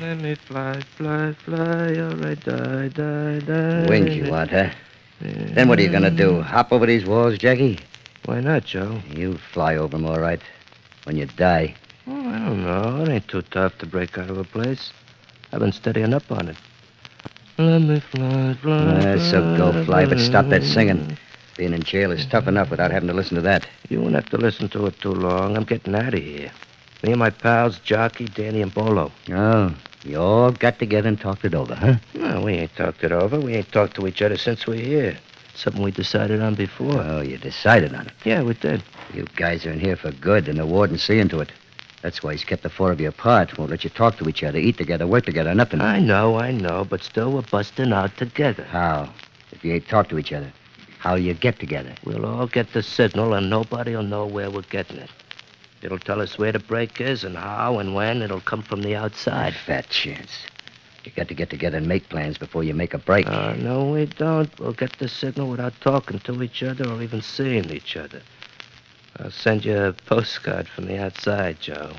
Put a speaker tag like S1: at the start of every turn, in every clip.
S1: Let me fly, fly, fly, or I die, die, die.
S2: Wind you want,
S1: uh,
S2: huh? Then what are you going to do? Hop over these walls, Jackie?
S1: Why not, Joe?
S2: You fly over 'em, all right. When you die.
S1: Oh, I don't know. It ain't too tough to break out of a place. I've been studying up on it. Let me fly, fly.
S2: Ah, so go fly, but stop that
S1: Uh,
S2: singing. Being in jail is tough enough without having to listen to that.
S1: You won't have to listen to it too long. I'm getting out of here. Me and my pals, Jockey, Danny, and Bolo.
S2: Oh, you all got together and talked it over, huh?
S1: No, we ain't talked it over. We ain't talked to each other since we're here. Something we decided on before.
S2: Oh, you decided on it.
S1: Yeah, we did.
S2: You guys are in here for good, and the warden's seeing to it. That's why he's kept the four of you apart. Won't let you talk to each other, eat together, work together, nothing.
S1: I know, I know, but still we're busting out together.
S2: How? If you ain't talk to each other, how'll you get together?
S1: We'll all get the signal, and nobody'll know where we're getting it. It'll tell us where the break is and how and when. It'll come from the outside.
S2: Fat chance. You got to get together and make plans before you make a break.
S1: Uh, no, we don't. We'll get the signal without talking to each other or even seeing each other. I'll send you a postcard from the outside, Joe.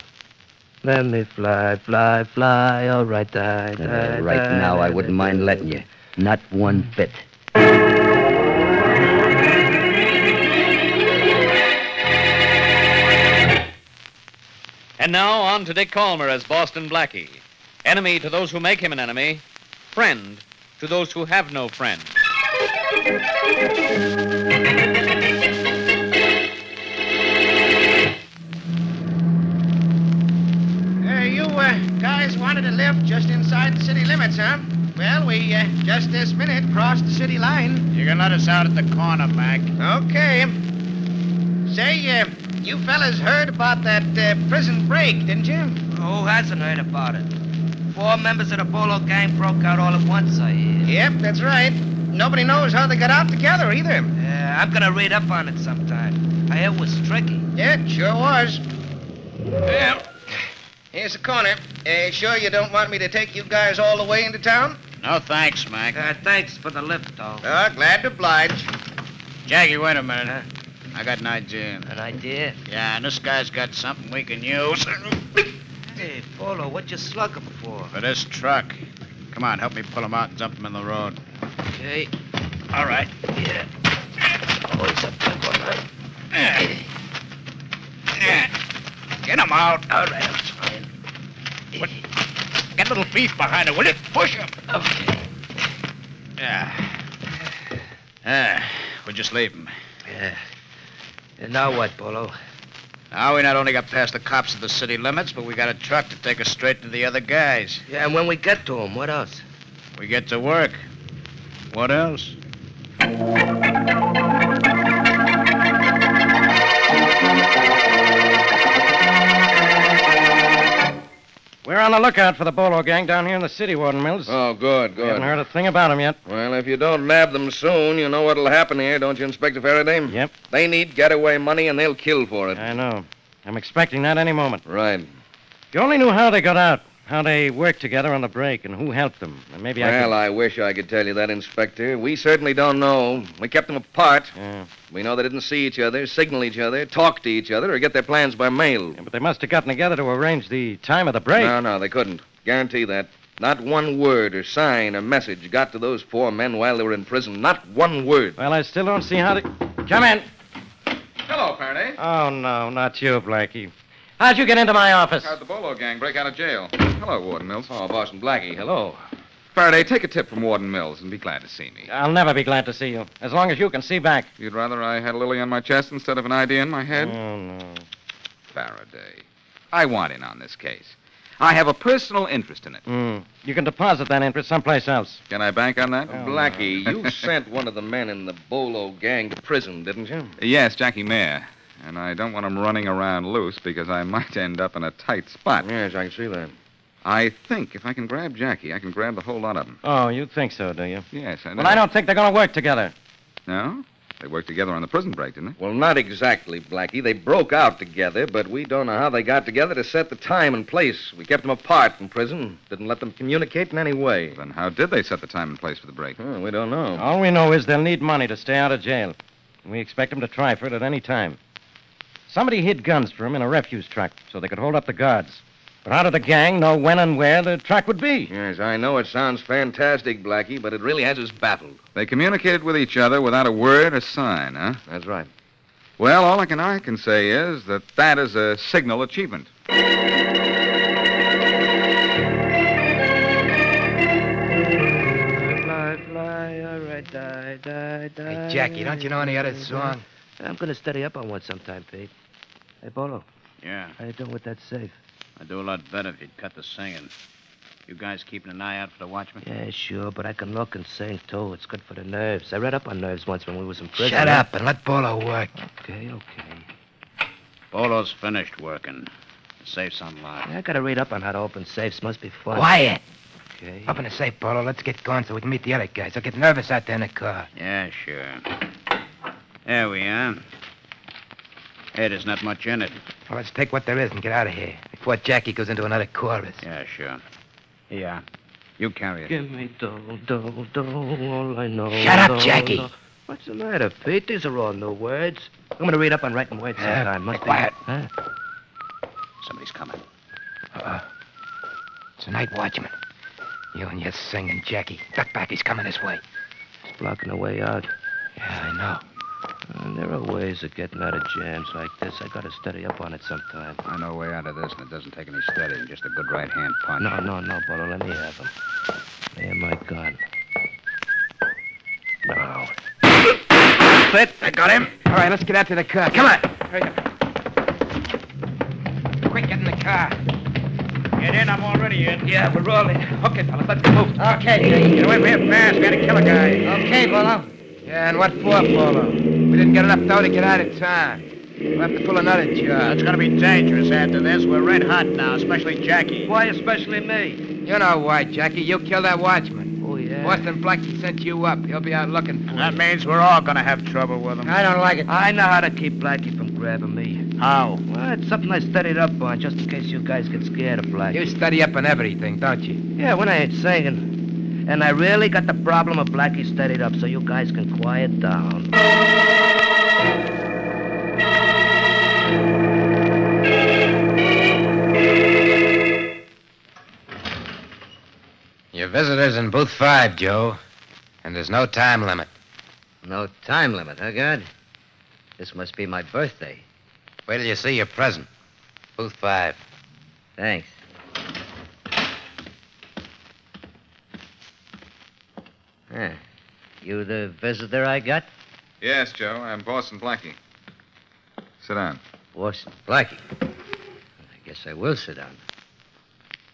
S1: Let me fly, fly, fly. All right, die,
S2: Uh,
S1: die,
S2: right
S1: die,
S2: now, I
S1: die,
S2: wouldn't
S1: die,
S2: mind
S1: die.
S2: letting you. Not one bit.
S3: And now on to Dick Calmer as Boston Blackie. Enemy to those who make him an enemy, friend to those who have no friend.
S4: Hey, you uh, guys wanted to live just inside the city limits, huh? Well, we uh, just this minute crossed the city line. You can let us out at the corner, Mac. Okay. Say, uh, you fellas heard about that uh, prison break, didn't you?
S5: Who hasn't heard about it? Four members of the Bolo gang broke out all at once, I hear.
S4: Yep, that's right. Nobody knows how they got out together either.
S5: Yeah, I'm gonna read up on it sometime. I hear it was tricky.
S4: Yeah, it sure was. Well, here's the corner. Uh, sure you don't want me to take you guys all the way into town?
S6: No thanks, Mac.
S5: Uh, thanks for the lift, though.
S4: Oh, glad to oblige.
S6: Jackie, wait a minute. I got an idea.
S5: An idea?
S6: Yeah, and this guy's got something we can use
S5: Hey, Bolo, what you slugging for?
S6: for this truck. Come on, help me pull him out and dump him in the road.
S5: Okay.
S6: All right.
S5: Yeah. Oh, he's a big one, huh?
S6: Yeah. Yeah. Get him out.
S5: All right, I'm trying.
S6: What? Get a little beef behind it, will you? Push him.
S5: Okay.
S6: Yeah. Yeah. We'll Ah. just leave him.
S5: Yeah. And now what, Bolo?
S6: Now we not only got past the cops at the city limits, but we got a truck to take us straight to the other guys.
S5: Yeah, and when we get to him, what else?
S6: We get to work. What else?
S7: We're on the lookout for the Bolo gang down here in the city, Warden Mills.
S8: Oh, good,
S7: we
S8: good.
S7: haven't heard a thing about them yet.
S8: Well, if you don't nab them soon, you know what'll happen here, don't you, Inspector Faraday?
S7: Yep.
S8: They need getaway money, and they'll kill for it.
S7: I know. I'm expecting that any moment.
S8: Right.
S7: You only knew how they got out, how they worked together on the break, and who helped them. And maybe
S8: well,
S7: I
S8: I wish I could tell you that, Inspector. We certainly don't know. We kept them apart.
S7: could... Yeah.
S8: We know they didn't see each other, signal each other, talk to each other, or get their plans by mail.
S7: Yeah, but they must have gotten together to arrange the time of the break.
S8: No, no, they couldn't. Guarantee that. Not one word or sign or message got to those four men while they were in prison. Not one word.
S7: Well, I still don't see how they... Come in.
S8: Hello,
S9: Faraday.
S8: Faraday.
S7: Oh, no, not you, Blackie. How'd you get into my office?
S9: How'd the Bolo gang break out of jail? Hello, Warden Mills. Oh, Boston Blackie. Hello. Faraday, take a tip from Warden Mills and be glad to see me.
S7: I'll never be glad to see you, as long as you can see back.
S9: You'd rather I had a lily on my chest instead of an idea in my head?
S7: Oh, no.
S9: Faraday, I want in on this case. I have a personal interest in it.
S7: Mm. You can deposit that interest someplace else.
S9: Can I bank on that?
S8: Oh, Blackie, you sent one of the men in the Bolo gang to prison, didn't you?
S9: Yes, Jackie Mayer. And I don't want him running around loose because I might end up in a tight spot.
S8: Yes, I can see that.
S9: I think if I can grab Jackie, I can grab the whole lot of them.
S7: Oh, you think so, do you?
S9: Yes, I know.
S7: Well, I don't think they're going to work together.
S9: No? They worked together on the prison break, didn't they?
S8: Well, not exactly, Blackie. They broke out together, but we don't know how they got together to set the time and place. We kept them apart in prison, didn't let them communicate in any way.
S9: Then how did they set the time and place for the break?
S8: Huh, we don't know.
S7: All we know is they'll need money to stay out of jail. We expect them to try for it at any time. Somebody hid guns for them in a refuse truck so they could hold up the guards. But how did the gang know when and where the truck would be?
S8: Yes, I know it sounds fantastic, Blackie, but it really has us baffled.
S9: They communicated with each other without a word or sign, huh?
S8: That's right.
S9: Well, all I can, I can say is that that is a signal achievement.
S1: Fly, fly, all right, die, die, die.
S5: Hey, Jackie, don't you know any other song?
S1: I'm going to study up on one sometime, Pete. Hey, Bolo,
S6: Yeah,
S1: how you doing with that safe?
S6: I'd do a lot better if you'd cut the singing. You guys keeping an eye out for the watchman?
S1: Yeah, sure, but I can look and sing, too. It's good for the nerves. I read up on nerves once when we was in prison.
S5: Shut up and let Bolo work.
S1: Okay, okay.
S6: Bolo's finished working. The safe's unlocked.
S1: I got to read up on how to open safes. Must be fun.
S5: Quiet.
S1: Okay.
S5: Open the safe, Bolo. Let's get going so we can meet the other guys. They'll get nervous out there in the car.
S6: Yeah, sure. There we are. Hey, there's not much in it.
S5: Well, let's take what there is and get out of here before Jackie goes into another chorus.
S6: Yeah, sure. Yeah. You carry it.
S1: Give me do, do, do, all I know.
S5: Shut up,
S1: do,
S5: Jackie.
S1: do. What's the matter, Pete? These are all new words. I'm going to read up on writing words
S5: Yeah,
S1: sometime. Must
S5: be Uh, quiet.
S1: Be... Huh?
S6: Somebody's coming.
S5: Uh-uh. It's a night watchman. You and your singing, Jackie. Duck back. He's coming this way.
S1: It's blocking the way out.
S5: Yeah, I know.
S1: Uh, there are ways of getting out of jams like this. I got to study up on it sometime.
S6: I know a way out of this, and it doesn't take any studying, just a good right hand punch.
S1: No, no, no, Bolo. Let me have him. There, my gun. No.
S5: Fit. I got him. All right, let's get out to the car. Come on. Hurry up. Quick, get in the car.
S6: Get in, I'm already in.
S5: Yeah, we're all in. Okay, fellas, let's move. Okay,
S6: Get away from here fast. We had to kill a guy.
S5: Okay, Bolo. Yeah, and what for, Bolo? We didn't get enough dough to get out of town. We'll have to pull another job.
S6: It's gonna be dangerous after this. We're red hot now, especially Jackie.
S5: Why, especially me? You know why, Jackie. You killed that watchman.
S1: Oh, yeah.
S5: Boston Blackie sent you up. He'll be out looking for
S6: That
S5: you.
S6: means we're all gonna have trouble with him.
S5: I don't like it.
S1: I know how to keep Blackie from grabbing me.
S6: How?
S1: Well, it's something I studied up on just in case you guys get scared of Blackie.
S5: You study up on everything, don't you?
S1: Yeah, when I ain't singing. And I really got the problem of Blackie studied up, so you guys can quiet down.
S5: Your visitor's in booth five, Joe. And there's no time limit.
S2: No time limit, huh, God? This must be my birthday.
S5: Wait till you see your present. Booth five.
S2: Thanks. Huh. You the visitor I got?
S9: Yes, Joe, I'm Boston Blackie. Sit down.
S2: Boston Blackie. I guess I will sit down.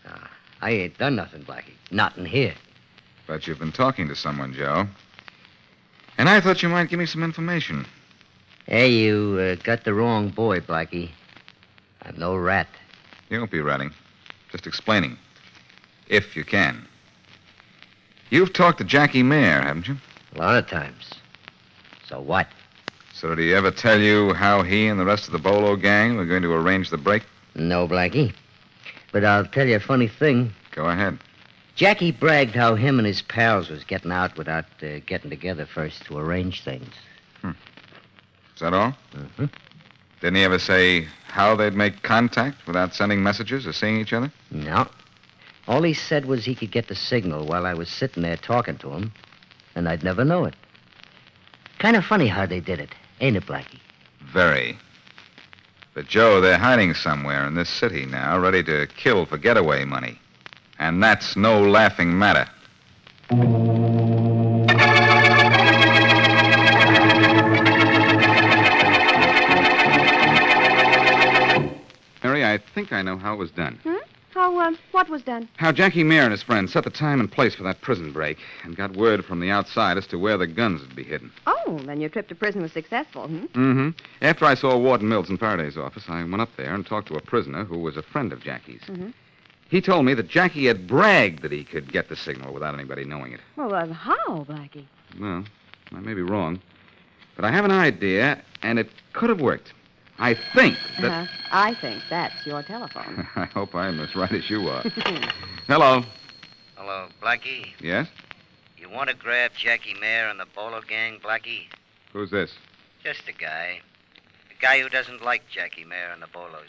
S2: Now, I ain't done nothing, Blackie. Not in here.
S9: But you've been talking to someone, Joe. And I thought you might give me some information.
S2: Hey, you uh, got the wrong boy, Blackie. I'm no rat.
S9: You won't be ratting. Just explaining. If you can. You've talked to Jackie Mayer, haven't you?
S2: A lot of times. So what?
S9: So did he ever tell you how he and the rest of the Bolo gang were going to arrange the break?
S2: No, Oh, Blackie. But I'll tell you a funny thing.
S9: Go ahead.
S2: Jackie bragged how him and his pals was getting out without uh, getting together first to arrange things.
S9: Is that all?
S2: Mm-hmm.
S9: Didn't he ever say how they'd make contact without sending messages or seeing each other?
S2: No. All he said was he could get the signal while I was sitting there talking to him, and I'd never know it. Kind of funny how they did it, ain't it, Blackie?
S9: Very.
S10: But, Joe, they're hiding somewhere in this city now, ready to kill for getaway money. And that's no laughing matter.
S9: Harry, I think I know how it was done.
S11: Hmm? How, um, what was done?
S9: How Jackie Mayer and his friend set the time and place for that prison break and got word from the outside as to where the guns would be hidden.
S11: Oh, then your trip to prison was successful, hmm?
S9: Mm-hmm. After I saw Warden Mills in Faraday's office, I went up there and talked to a prisoner who was a friend of Jackie's.
S11: Mm-hmm.
S9: He told me that Jackie had bragged that he could get the signal without anybody knowing it.
S11: Well, uh, how, Blackie?
S9: Well, I may be wrong, but I have an idea, and it could have worked. I think that.
S11: Uh, I think that's your telephone.
S9: I hope I am as right as you are. Hello.
S12: Hello, Blackie.
S9: Yes?
S12: You want to grab Jackie Mayer and the Bolo gang, Blackie?
S9: Who's this?
S12: Just a guy. A guy who doesn't like Jackie Mayer and the Bolos.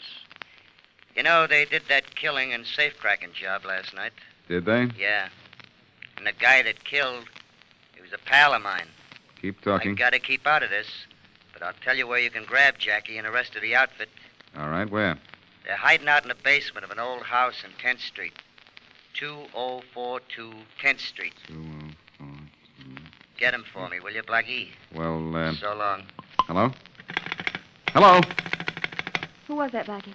S12: You know, they did that killing and safecracking job last night.
S9: Did they?
S12: Yeah. And the guy that killed, he was a pal of mine.
S9: Keep talking.
S12: I gotta keep out of this, but I'll tell you where you can grab Jackie and the rest of the outfit.
S9: All right, where?
S12: They're hiding out in the basement of an old house in 10th Street. 2042 10th Street. Get him for me, will you, Blackie?
S9: Well, uh,
S12: So long.
S9: hello? Hello?
S11: Who was that, Blackie?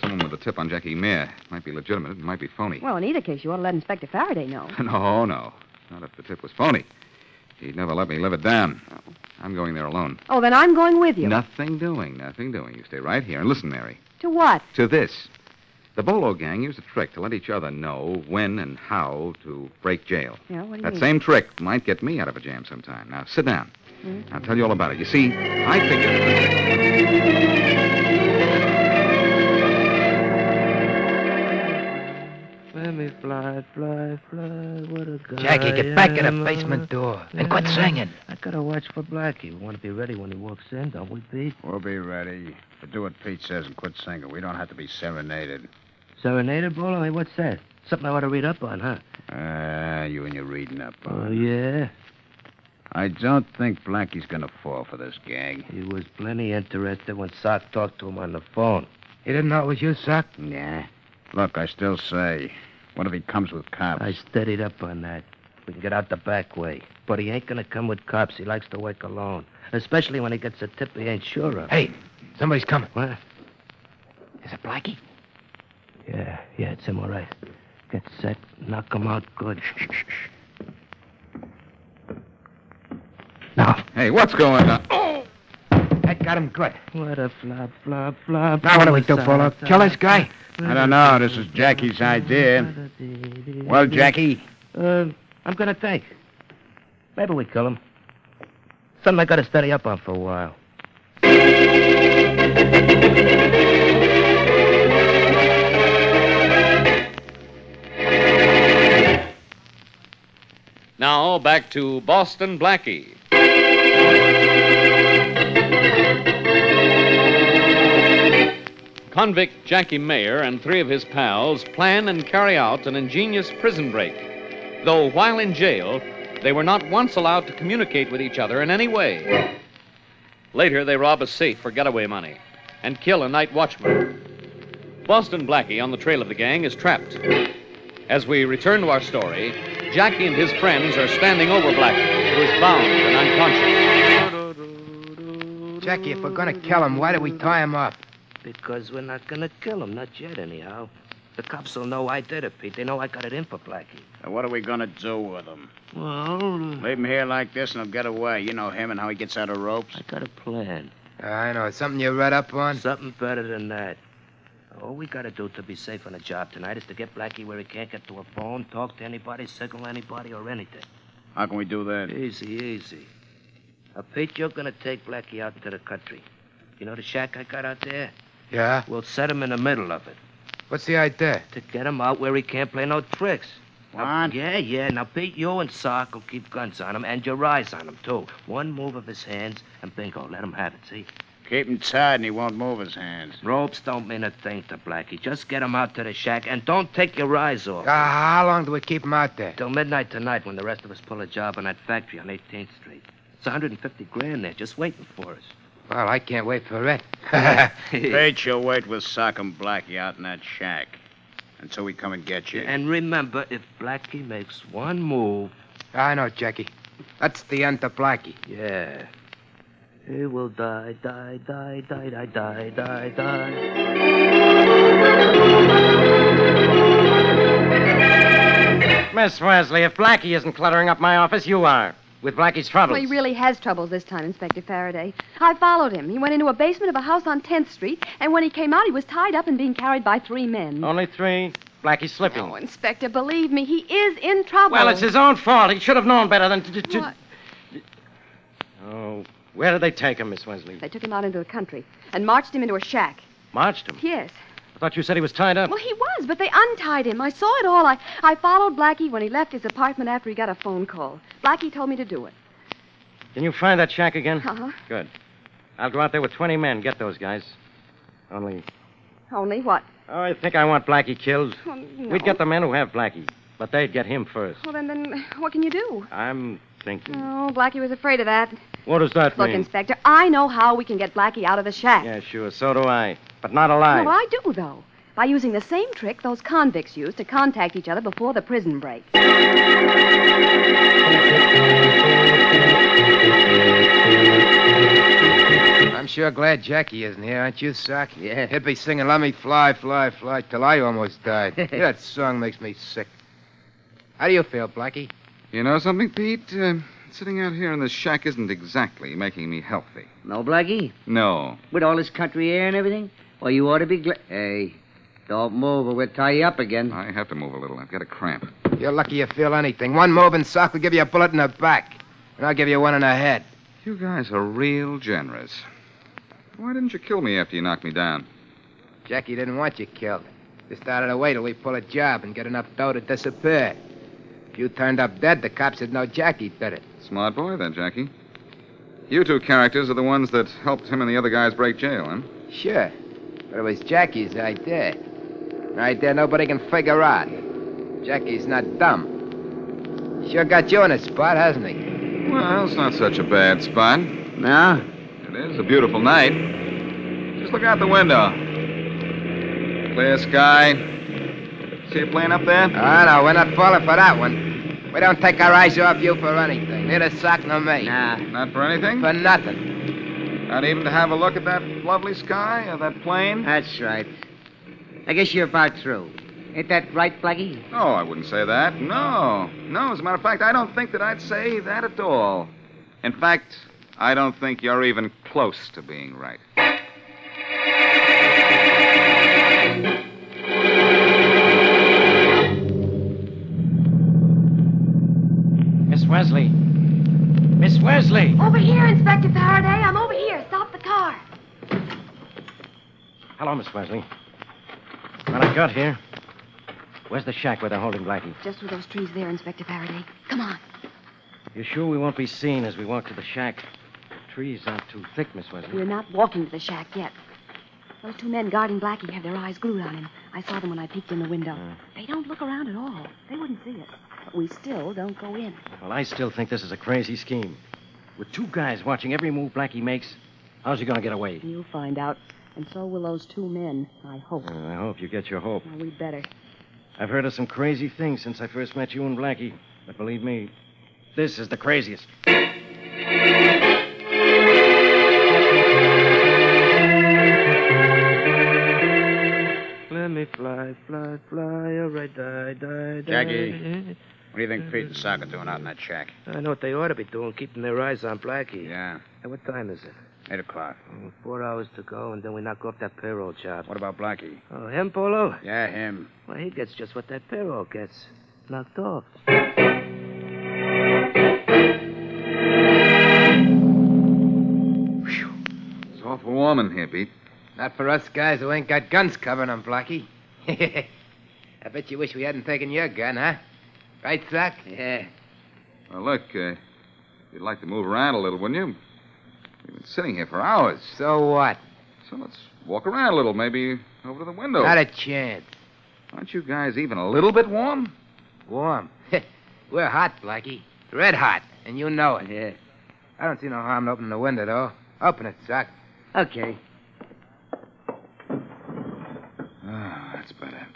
S9: Someone with a tip on Jackie Mayer. Might be legitimate, it might be phony.
S11: Well, in either case, you ought to let Inspector Faraday know.
S9: No, no. Not if the tip was phony. He'd never let me live it down. I'm going there alone.
S11: Oh, then I'm going with you.
S9: Nothing doing, nothing doing. You stay right here and listen, Mary.
S11: To what?
S9: To this. The Bolo gang used a trick to let each other know when and how to break jail.
S11: Yeah, what do you
S9: That
S11: mean?
S9: same trick might get me out of a jam sometime. Now, sit down.
S11: Hmm?
S9: I'll tell you all about it. You see, I figured.
S1: Let me fly, fly, fly. What a guy.
S13: Jackie, get back to the
S1: am.
S13: basement door and quit singing.
S1: I gotta watch for Blackie. We want to be ready when he walks in, don't we, Pete?
S6: We'll be ready. But do what Pete says and quit singing. We don't have to be serenaded.
S1: Serenade, Bolo? Hey, what's that? Something I ought to read up on, huh?
S6: Ah, you and your reading up.
S1: Oh, yeah?
S6: I don't think Blackie's gonna fall for this gag.
S1: He was plenty interested when Sock talked to him on the phone.
S6: He didn't know it was you, Sock? Nah. Look, I still say, what if he comes with cops?
S1: I steadied up on that. We can get out the back way. But he ain't gonna come with cops. He likes to work alone. Especially when he gets a tip he ain't sure of.
S13: Hey, somebody's coming.
S1: What?
S13: Is it Blackie?
S1: Yeah, yeah, it's him all right. Get set, knock him out good.
S9: Hey, what's going on?
S13: Oh! That got him good.
S1: What a flop, flop, flop.
S13: Now what do we do, Polo? Kill this guy?
S6: I don't know. This is Jackie's idea. Well, Jackie,
S1: Uh, I'm gonna think. Maybe we kill him. Something I gotta study up on for a while.
S3: Now, back to Boston Blackie. Convict Jackie Mayer and three of his pals plan and carry out an ingenious prison break. Though while in jail, they were not once allowed to communicate with each other in any way. Later, they rob a safe for getaway money and kill a night watchman. Boston Blackie, on the trail of the gang, is trapped. As we return to our story, Jackie and his friends are standing over Blackie, who is bound and unconscious.
S5: Jackie, if we're going to kill him, why do we tie him up?
S1: Because we're not gonna kill him, not yet, anyhow. The cops will know I did it, Pete. They know I got it in for Blackie.
S6: now what are we gonna do with him?
S1: Well,
S6: Leave him here like this and he'll get away. You know him and how he gets out of ropes. I
S1: got a plan.
S5: I know. Something you read up on?
S1: Something better than that. All we gotta do to be safe on the job tonight is to get Blackie where he can't get to a phone, talk to anybody, signal anybody, or anything.
S6: How can we do that?
S1: Easy, easy. Now, Pete, you're gonna take Blackie out into the country. You know the shack I got out there?
S5: Yeah?
S1: We'll set him in the middle of it
S5: What's the idea?
S1: to get him out where he can't play no tricks. Now, yeah, yeah. Now, Pete, you and Sock will keep guns on him and your eyes on him, too. One move of his hands, and bingo, let him have it, see?
S6: Keep him tied and he won't move his hands.
S1: Ropes don't mean a thing to Blackie. Just get him out to the shack and don't take your eyes off.
S5: Uh, how long do we keep him out there?
S1: Till midnight tonight when the rest of us pull a job on that factory on 18th Street. It's 150 grand there just waiting for us.
S5: Well, I can't wait for Red.
S6: Fate your wait with Sock and Blackie out in that shack until we come and get you.
S1: And remember, if Blackie makes one move.
S5: I know, Jackie. That's the end of Blackie.
S1: Yeah. He will die, die, die, die, die, die, die, die.
S7: Miss Wesley, if Blackie isn't cluttering up my office, you are. With Blackie's troubles.
S11: Well, he really has troubles this time, Inspector Faraday. I followed him. He went into a basement of a house on 10th Street, and when he came out, he was tied up and being carried by three men.
S7: Only three. Blackie's slipping.
S11: Oh, Inspector, believe me, he is in trouble.
S7: Well, it's his own fault. He should have known better than to. to-
S11: What?
S7: Oh, where did they take him, Miss Wesley?
S11: They took him out into the country and marched him into a shack.
S7: Marched him.
S11: Yes.
S7: I thought you said he was tied up.
S11: Well, he was, but they untied him. I saw it all. I, I followed Blackie when he left his apartment after he got a phone call. Blackie told me to do it.
S7: Can you find that shack again?
S11: Uh-huh.
S7: Good. I'll go out there with 20 men. Get those guys. Only,
S11: Only what?
S7: oh, I think I want Blackie killed.
S11: Oh, no.
S7: We'd get the men who have Blackie, but they'd get him first.
S11: Well, then, then what can you do?
S7: I'm thinking.
S11: Oh, Blackie was afraid of that.
S7: What does that
S11: Look,
S7: Hmm. mean?
S11: Inspector, I know how we can get Blackie out of the shack.
S7: Yeah, sure. So do I. But not alive.
S11: Well, I do, though. By using the same trick those convicts used to contact each other before the prison break.
S5: I'm sure glad Jackie isn't here, aren't you, Sock? Yeah. He'd be singing Let Me Fly, Fly, Fly till I almost died. that song makes me sick. How do you feel, Blackie?
S9: You know something, Pete? Uh, sitting out here in this shack isn't exactly making me healthy.
S12: No, Blackie?
S9: No.
S12: With all this country air and everything? Well, you ought to be glad. Hey, don't move or we'll tie you up again.
S9: I have to move a little. I've got a cramp.
S5: You're lucky you feel anything. One move and Sock will give you a bullet in the back, and I'll give you one in the head.
S9: You guys are real generous. Why didn't you kill me after you knocked me down?
S5: Jackie didn't want you killed. Just started away till we pull a job and get enough dough to disappear. If you turned up dead, the cops would know Jackie did it.
S9: Smart boy, then, Jackie. You two characters are the ones that helped him and the other guys break jail, huh?
S5: Sure. But it was Jackie's idea. An idea nobody can figure out. Jackie's not dumb. Sure got you in a spot, hasn't he?
S9: Well, it's not such a bad spot.
S12: No?
S9: It is a beautiful night. Just look out the window. Clear sky. See a plane up there?
S5: Oh, no, we're not falling for that one. We don't take our eyes off you for anything. Neither Sock nor me. Nah.
S9: Not for anything?
S5: For nothing.
S9: Not even to have a look at that lovely sky or that plane?
S12: That's right. I guess you're about through. Ain't that right, Blackie?
S9: Oh, I wouldn't say that. No. No, as a matter of fact, I don't think that I'd say that at all. In fact, I don't think you're even close to being right.
S7: Miss Wesley. Miss Wesley.
S11: Over here, Inspector Faraday. I'm over here. Stop the car.
S7: Hello, Miss Wesley. When I got here, where's the shack where they're holding Blackie?
S11: Just through those trees there, Inspector Faraday. Come on.
S7: You sure we won't be seen as we walk to the shack? Trees aren't too thick, Miss Wesley.
S11: We're not walking to the shack yet. Those two men guarding Blackie have their eyes glued on him. I saw them when I peeked in the window.
S7: Hmm.
S11: They don't look around at all. They wouldn't see it. But we still don't go in.
S7: Well, I still think this is a crazy scheme. With two guys watching every move Blackie makes, how's he going to get away?
S11: You'll find out. And so will those two men, I hope.
S7: Uh, I hope you get your hope.
S11: Well, we'd better.
S7: I've heard of some crazy things since I first met you and Blackie, but believe me, this is the craziest.
S1: Let me fly, fly, fly, or I die, die, die.
S6: Jackie. What do you think Pete and Sock are doing out in that shack?
S1: I know what they ought to be doing, keeping their eyes on Blackie.
S6: Yeah.
S1: Hey, what time is it?
S6: Eight o'clock.
S1: Mm, Four hours to go, and then we knock off that payroll job.
S6: What about Blackie?
S1: Oh, him, Polo?
S6: Yeah, him.
S1: Well, he gets just what that payroll gets. Knocked off.
S9: It's awful warm in here, Pete.
S5: Not for us guys who ain't got guns covering 'em, Blackie. I bet you wish we hadn't taken your gun, huh? Right, Sock? Yeah.
S9: Well, look, uh, you'd like to move around a little, wouldn't you? We've been sitting here for hours.
S5: So what?
S9: So let's walk around a little, maybe over to the window.
S5: Not a chance.
S9: Aren't you guys even a little bit warm?
S5: Warm. We're hot, Blackie. Red hot, and you know it. Yeah. I don't see no harm in opening the window, though. Open it, Sock.
S12: Okay.
S9: Ah, that's better.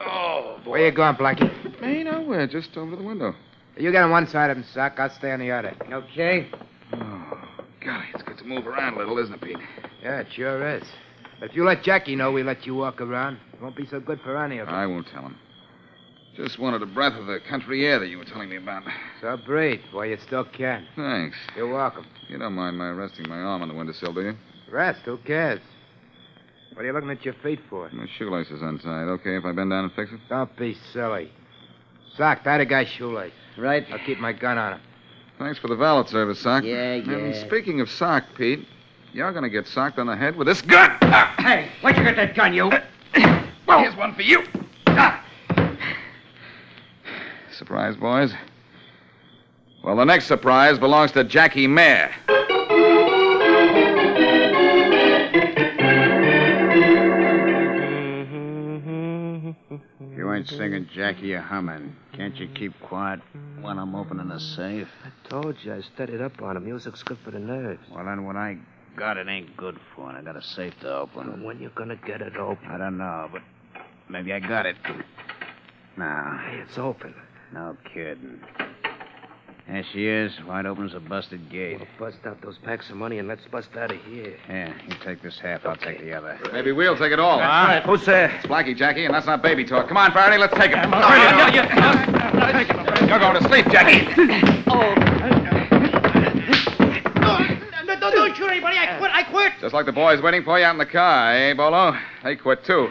S5: Oh, boy. Where you going, Blackie?
S9: Me nowhere, just over the window.
S5: You get on one side of him, Sock. I'll stay on the other.
S12: Okay.
S9: Golly, it's good to move around a little, isn't it, Pete?
S5: Yeah, it sure is. But if you let Jackie know we let you walk around, it won't be so good for any of us.
S9: I won't tell him. Just wanted a breath of the country air that you were telling me about.
S5: So breathe while you still can.
S9: Thanks.
S5: You're welcome.
S9: You don't mind my resting my arm on the windowsill, do you?
S5: Rest, who cares? What are you looking at your feet for?
S9: My shoelace is untied. Okay, if I bend down and fix it?
S5: Don't be silly. Sock, tie the guy's shoelace.
S12: Right.
S5: I'll keep my gun on him.
S9: Thanks for the valet service, Sock.
S12: Yeah,
S9: And
S12: yeah.
S9: speaking of Sock, Pete, you're going to get socked on the head with this gun. Ah,
S12: Hey, where'd you get that gun, you? Ah.
S9: well, here's one for you. Surprise, boys? Well, the next surprise belongs to Jackie Mayer.
S14: You ain't singing, Jackie, you're humming. Can't you keep quiet when I'm opening the safe?
S1: Told you Oh, I studied up on it. Music's good for the nerves.
S14: Well, then when I got it, ain't good for it. I got a safe to open.
S1: When you gonna get it open?
S14: I don't know, but maybe I got it. No.
S1: it's open.
S14: No kidding. There she is, wide open as a busted gate.
S1: Well, bust out those packs of money and let's bust out of here.
S14: Yeah, you take this half, I'll take the other.
S9: Maybe we'll take it all.
S14: All right.
S9: Who's there? It's Blackie, Jackie, and that's not baby talk. Come on, Faraday, let's take him. You're going to sleep, Jackie.
S4: No, don't, don't shoot anybody. I quit. I quit.
S9: Just like the boys waiting for you out in the car, eh, Bolo? They quit, too.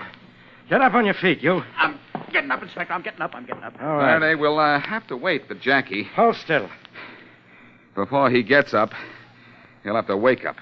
S7: Get up on your feet, you.
S4: I'm getting up, Inspector. I'm getting up. I'm getting up.
S7: All right.
S9: Faraday, we'll uh, have to wait for Jackie.
S7: Hold still.
S9: Before he gets up, he'll have to wake up.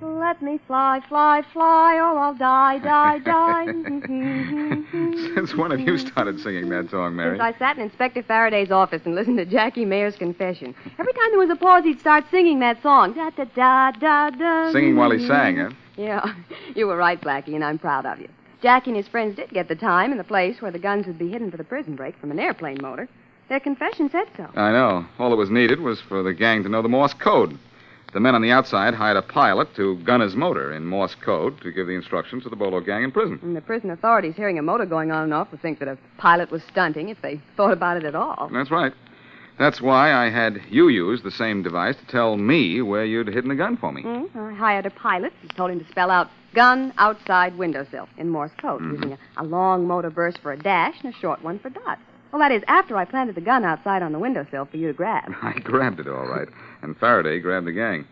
S11: Let me fly, fly, fly, or I'll die, die, die.
S9: Since when have you started singing that song, Mary?
S11: Since I sat in Inspector Faraday's office and listened to Jackie Mayer's confession, every time there was a pause, he'd start singing that song. Da da da da da.
S9: Singing while he sang, huh?
S11: Yeah, you were right, Blackie, and I'm proud of you. Jackie and his friends did get the time and the place where the guns would be hidden for the prison break from an airplane motor. Their confession said so.
S9: I know. All that was needed was for the gang to know the Morse code. The men on the outside hired a pilot to gun his motor in Morse code to give the instructions to the Bolo gang in prison.
S11: And the prison authorities hearing a motor going on and off would think that a pilot was stunting if they thought about it at all.
S9: That's right. That's why I had you use the same device to tell me where you'd hidden the gun for me.
S11: Hmm? I hired a pilot and told him to spell out gun outside windowsill in Morse code,
S9: Mhm.
S11: using a, a long motor burst for a dash and a short one for dots. Well, that is, after I planted the gun outside on the windowsill for you to grab.
S9: I grabbed it all right, and Faraday grabbed the gang.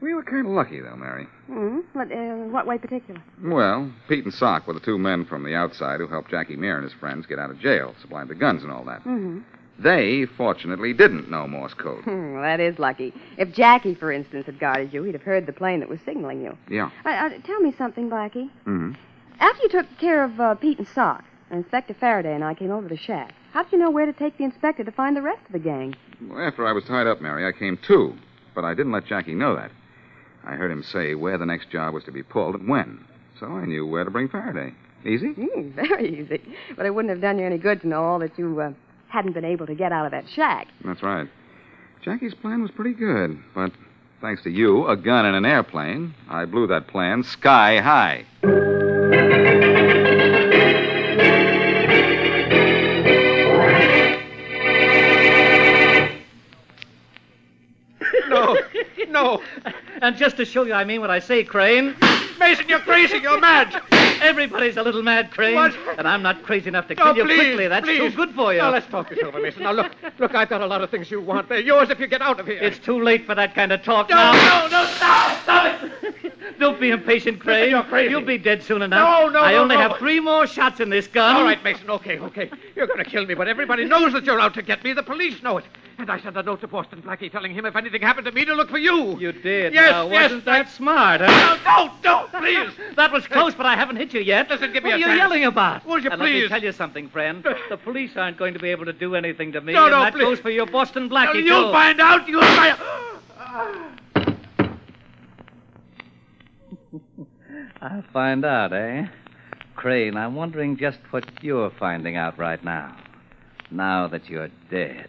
S9: We were kind of lucky, though, Mary.
S11: Hmm? What, uh, what way particular?
S9: Well, Pete and Sock were the two men from the outside who helped Jackie Meir and his friends get out of jail, supplied the guns and all that.
S11: Mm-hmm.
S9: They, fortunately, didn't know Morse code.
S11: well, that is lucky. If Jackie, for instance, had guarded you, he'd have heard the plane that was signaling you.
S9: Yeah.
S11: Uh, uh, tell me something, Blackie.
S9: Mm-hmm.
S11: After you took care of uh, Pete and Sock, and Inspector Faraday and I came over to Shack, how did you know where to take the inspector to find the rest of the gang?
S9: Well, after I was tied up, Mary, I came to, but I didn't let Jackie know that. I heard him say where the next job was to be pulled and when, so I knew where to bring Faraday. Easy?
S11: Mm, very easy. But it wouldn't have done you any good to know all that you uh, hadn't been able to get out of that shack.
S9: That's right. Jackie's plan was pretty good, but thanks to you, a gun and an airplane, I blew that plan sky high.
S15: No, no. And just to show you I mean what I say, Crane. Mason, you're crazy. You're mad. Everybody's a little mad, Crane. And I'm not crazy enough to
S4: No,
S15: kill you
S4: please,
S15: quickly. That's
S4: please.
S15: too good for you.
S4: Now, let's talk this over, Mason. Now, look, look, I've got a lot of things you want. They're yours if you get out of here.
S15: It's too late for that kind of talk
S4: No,
S15: now.
S4: no, no, stop, stop it.
S15: Don't be impatient, Crane.
S4: you're crazy.
S15: will be dead soon enough.
S4: No, no,
S15: I
S4: no,
S15: only
S4: no.
S15: have three more shots in this gun.
S4: All right, Mason, okay, okay. You're going to kill me, but everybody knows that you're out to get me. The police know it. And I sent a note to Boston Blackie telling him if anything happened to me to look for you. You
S15: did.
S4: Yes,
S15: Now,
S4: yes.
S15: wasn't that smart, huh? No, no, no, please. that was close, but I haven't hit you yet. Listen,
S4: give me
S15: what
S4: a
S15: are you
S4: chance.
S15: yelling about?
S4: Will you
S15: and Let me
S4: please?
S15: tell you something, friend. The police aren't going to be able to do anything to me.
S4: No,
S15: and
S4: no,
S15: that
S4: please.
S15: goes for your Boston Blackie,
S4: Well, you'll
S15: too.
S4: find out. You'll find
S16: I'll find out, eh? Crane, I'm wondering just what you're finding out right now.
S14: now that you're dead.